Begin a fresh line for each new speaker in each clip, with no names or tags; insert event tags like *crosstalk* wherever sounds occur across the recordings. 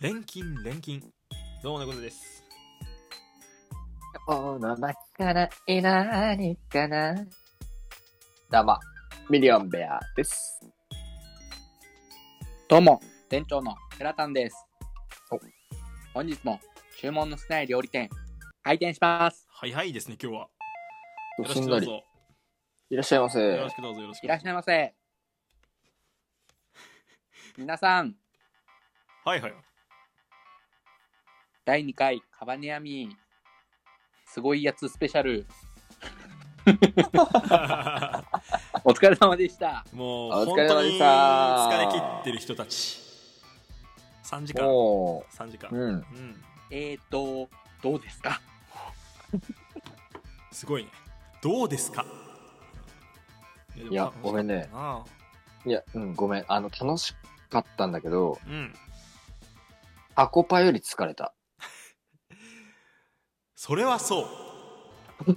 錬金錬金どうも猫背です
この真っ赤な何かな。どうも、ミリオンベアです。
どうも、店長の寺田んです
お。
本日も注文の少ない料理店、開店します。
はいはいですね今日はよろ
し
し
ん
く
ど
どう
り。
ぞ
いらっしゃいませ。
よろしくどうぞよろしく
いらっしゃいませ。皆さん、
はいはい
第2回カバネアミすごいやつスペシャル、
*laughs*
お疲れ様でした。
もう
お
本
疲れ様
当
で
に
した
疲れ切ってる人たち3時間
も
3時間
う、うん。
うん
えーと、どうですか
すごいねどうですか
いや、ごめんね。
あ
いや、うん、ごめん。あの、楽しかったんだけど、
うん
タコパより疲れた。
それはそう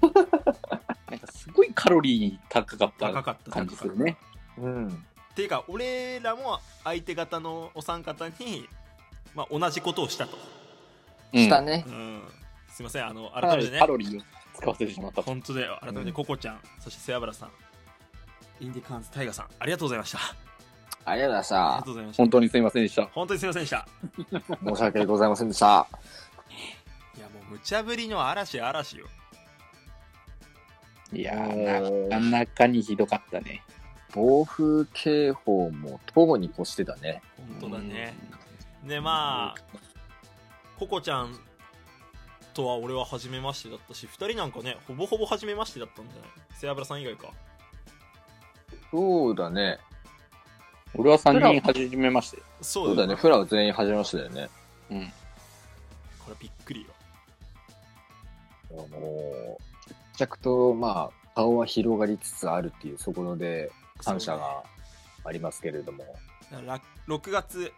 なんかすごいカロリー高かっ
高
た
かった
感じす
高かった
るね。
うん。
っていうか俺らも相手方のお三方に、まあ、同じことをしたと、
うん
したね
う。ん、すいませんあの
かな
改め
り
てね
カロリーを使わせてしまったと。
本当だよ改め
う
て
ん
ココちゃん、そして背脂さんインディカーンズタイガさんありがとうございましたあ
ありがとうござ
り
い
が
ま
とうございました
本当にすみませんでした。
本当にすいませんでした
した。申し訳ございませんでした。
いやもう無茶ぶりの嵐嵐よ
いや
お
ー、
ー
なかなかにひどかったね。
暴風警報もとうに越してたね。
本当だねでまあココちゃんとは俺は初めましてだったし2人なんかねほぼほぼ初めましてだったんじゃない背脂さん以外か
そうだね。
俺は3人始めまして。
そ
そうう
だ
だ
よ、
ね。フラは全員始めましたよね。
うん。
これびっくりよ
あの着々と、まあ、顔は広がりつつあるっていう、そこで感謝がありますけれども。
そうねだから6月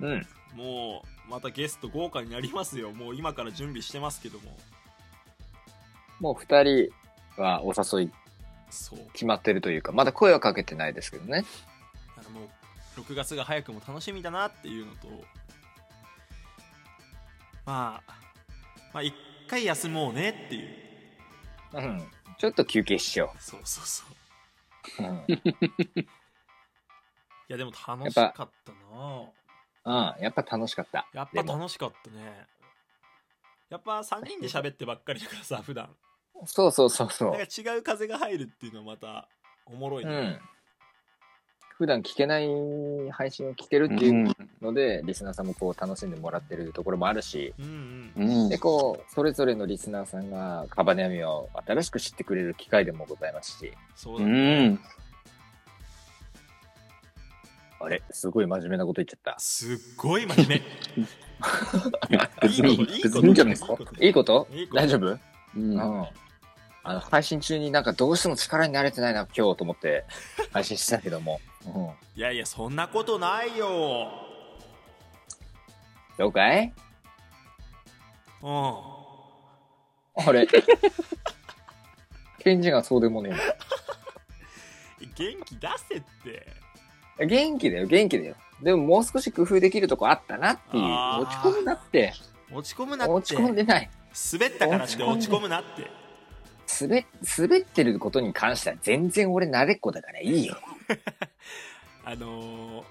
うん。
もうまたゲスト豪華になりますよもう今から準備してますけども
もう二人はお誘い
そう
決まってるというか、まだ声はかけてないですけどね。
なんかもう6月が早くも楽しみだなっていうのとまあまあ一回休もうねっていう
うん。ちょっと休憩しよ
そうそうそう
う。うん。
いやでも楽しかったな
うん。やっぱ楽しかった。
やっぱ
でも
楽しかったねやっぱ3人で喋ってばっかりだからさ普段
そうそうそうそ
なんか
う。
違う風が入るっていうのはまたおもろいうね、
ん。普段聞けない配信を聞けるっていうので、リスナーさんもこう楽しんでもらってるところもあるし、
うんうん
うん
で、こう、それぞれのリスナーさんがカバネアミを新しく知ってくれる機会でもございますし、
そう
う
だね、
ん。
あれすごい真面目なこと言っちゃった。
すっごい真面目いいこといいこと
別にいいんじゃないですかいいこと
いいこと
大丈夫
うん
うん。あの、配信中になんかどうしても力になれてないな、今日と
*laughs*
思って、配信してたけども。うん。
いやいやそんなことないよ
どうかい
うん *laughs*
あれ。ケンジがそうでもね
元気出せって
えな。元気だよ、元気だよ。でももう少し工夫できるとこあったなっていう。
あー
落ち込むなって。
落ち込むなって
落ち込んでない。
滑ったからって落
落
ち
ち
込
込
むなって
滑、滑ってることに関しては全然俺慣れっこだからいいよ。
あのー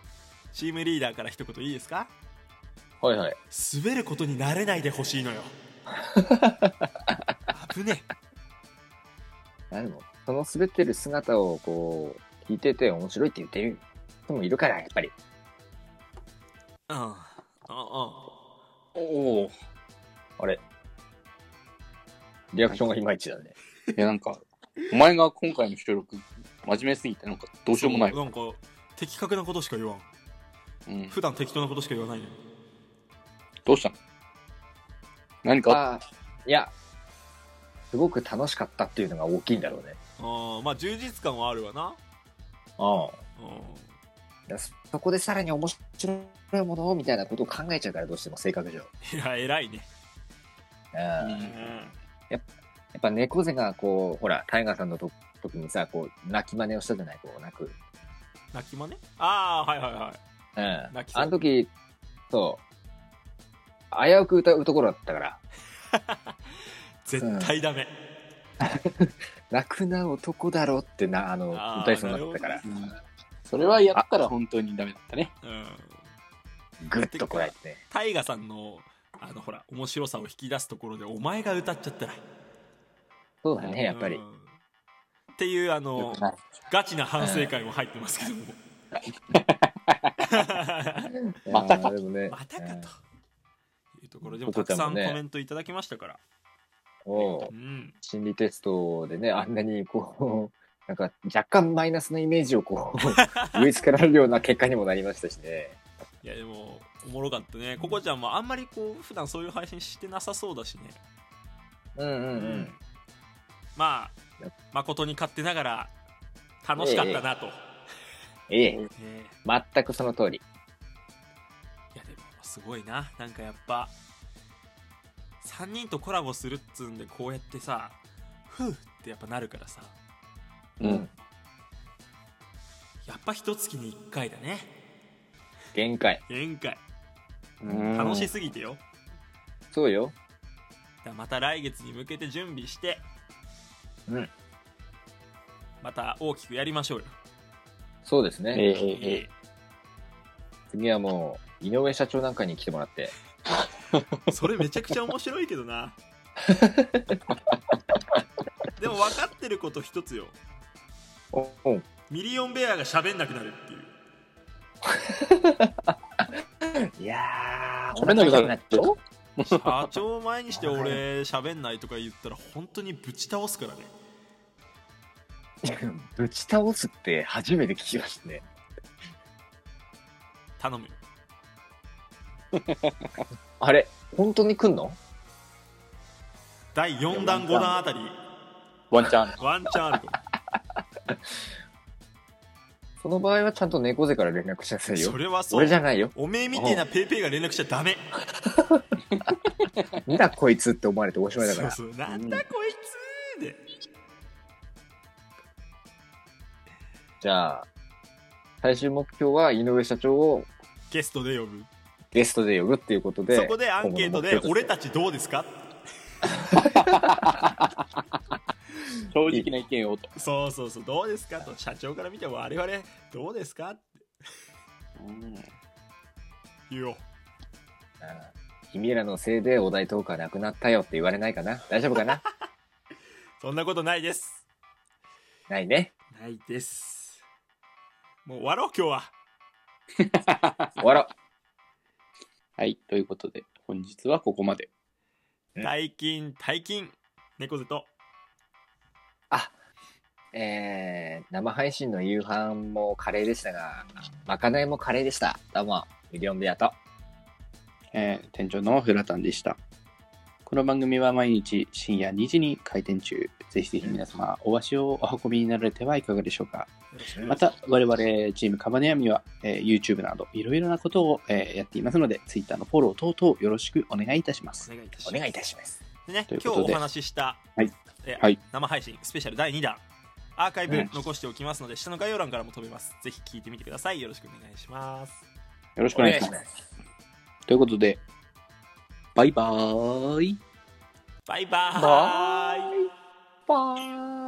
チームリーダーから一言いいですか
はいはい。
滑ることになれないでほしいの
*laughs*
よ危ねえ
あでも、その滑ってる姿をこう、聞いてて面白いって言ってる人もいるから、やっぱり。
うんうんうん
おお。
あれ。リアクションがいまいちだね。
いや、なんか、お前が今回の収録、真面目すぎて、なんか、
ど
どうしようもない。
なんか的確なことしか言わん
うん。
普段適当なことしか言わないのよ
どうしたの何かあっ
あいや、すごく楽しかったっていうのが大きいんだろうね。
あーまあ充実感はあるわな
あ
うん
あ。そこでさらに面白いものをみたいなことを考えちゃうからどうしても性格上。
いや偉いね
うん。
た
や
うん
っぱ猫背がこう、ほら、タイガーさんのと時にさ、こう、泣き真似をしたじゃない、こう、泣く。
泣きまねああはいはいはい
うん。あ
泣きそう
の時、そう。危うく歌うところだったから。
絶対ダメ、
楽な男だろってな、あの、
あー
歌いそうになったから、
うんそれはやったら本当にダメだったね。
うん、
ぐっとこらえてね。
タイガさんのあのほら面白さを引き出すところでお前が歌っちゃったら
そうだね、やっぱり
う。んっていうあ
よ
の
くない
ガチな反省会も入ってますけど
*laughs*
も
いや
またか
ーでもね。
またかというところで
うん
もたくさん
ポコちゃんも
コ
ね
メントいただきましたから、
うんおう
うん、
心理テストでね、あんなにこう、 *laughs* なんか若干マイナスなイメージをこ
*laughs*
う、植え付けられるような結果にもなりましたしね。
いやでもおもろかったねココちゃんもあんまりこう普段そういう配信してなさそうだしね
うんうんうん。
まあ誠に勝手ながら楽しかったなと、
ええ、
ね
全くその通り。
いやでもすごいななんかやっぱ3人とコラボするっつうんでこうやってさふうってやっぱなるからさ
うん。
やっぱ一月に1回だね
限界。
限界
うん
楽しすぎてよ、
そうよ。
だからまた来月に向けて準備して
うん
また大きくやりましょうよ
そうです
え
ね。
えええ
次はもう、井上社長なんかに来てもらって。
それめちゃくちゃ面白いけど
*laughs*
なでも分かってること一つよ
おうん。
ミリオンベアが喋んなくなるっていう
いやー、
喋んなくなる
っちゃう
社長前にして俺喋んないとか言ったら本当にぶち倒すからね
ぶち倒すって初めて聞きましたね。
頼む
あれ、本当に来んの
第4弾5弾あたり
ワンチャン。
ワンチャンあるか
その場合はちゃんと猫背から連絡しなさ
も
いよ
そ。れはそ
俺
う
じゃないよ。
おめえみてえなペーペーが連絡しちゃダメ
なんだこいつって思われておしまいだから。
そうそうなんだこいつーで
じゃあ、最終目標は井上社長を
ゲストで呼ぶ
ゲストで呼ぶっていうことで。
そこでアンケートで
今後の目標として
俺たちどうですか
正直な意見をと。
そうそうそうどうですかと社長から見ても我々どうですかって言おう
うん君らのせいでお題トークはなくなったよって言われないかな大丈夫かな
そんなことないです
ないね。
ないですもう終わろう今日は
終わろう。
はい。ということで、本日はここまで。
うん
大金大金猫背と
えー、生配信の夕飯もカレーでしたが、まかないもカレーでした。どうも、ミリオンベアと。
えー店長のフラタンでした。この番組は毎日深夜2時に開店中。ぜひぜひ皆様、お足をお運びになられてはいかがでしょうか。また、我々チームカバネヤミは、えー YouTube などいろいろなことを、えーやっていますので、Twitter のフォロー等々よろしくお願いいたします
お。願いいたし
お
ます
願いいたします。
でね
というこ
今
とで
日お話しした、
はい
えー
はい
生配信スペシャル第2弾アーカイブ
うん
残しておきますので、下の概要欄からも飛べますぜひ聞いてみてくださいよろしくお願いします
よろしく
お
お願い
願い
しま
し
す。
ます。
ということで、バイバーイ。
バイバーイ
バイ。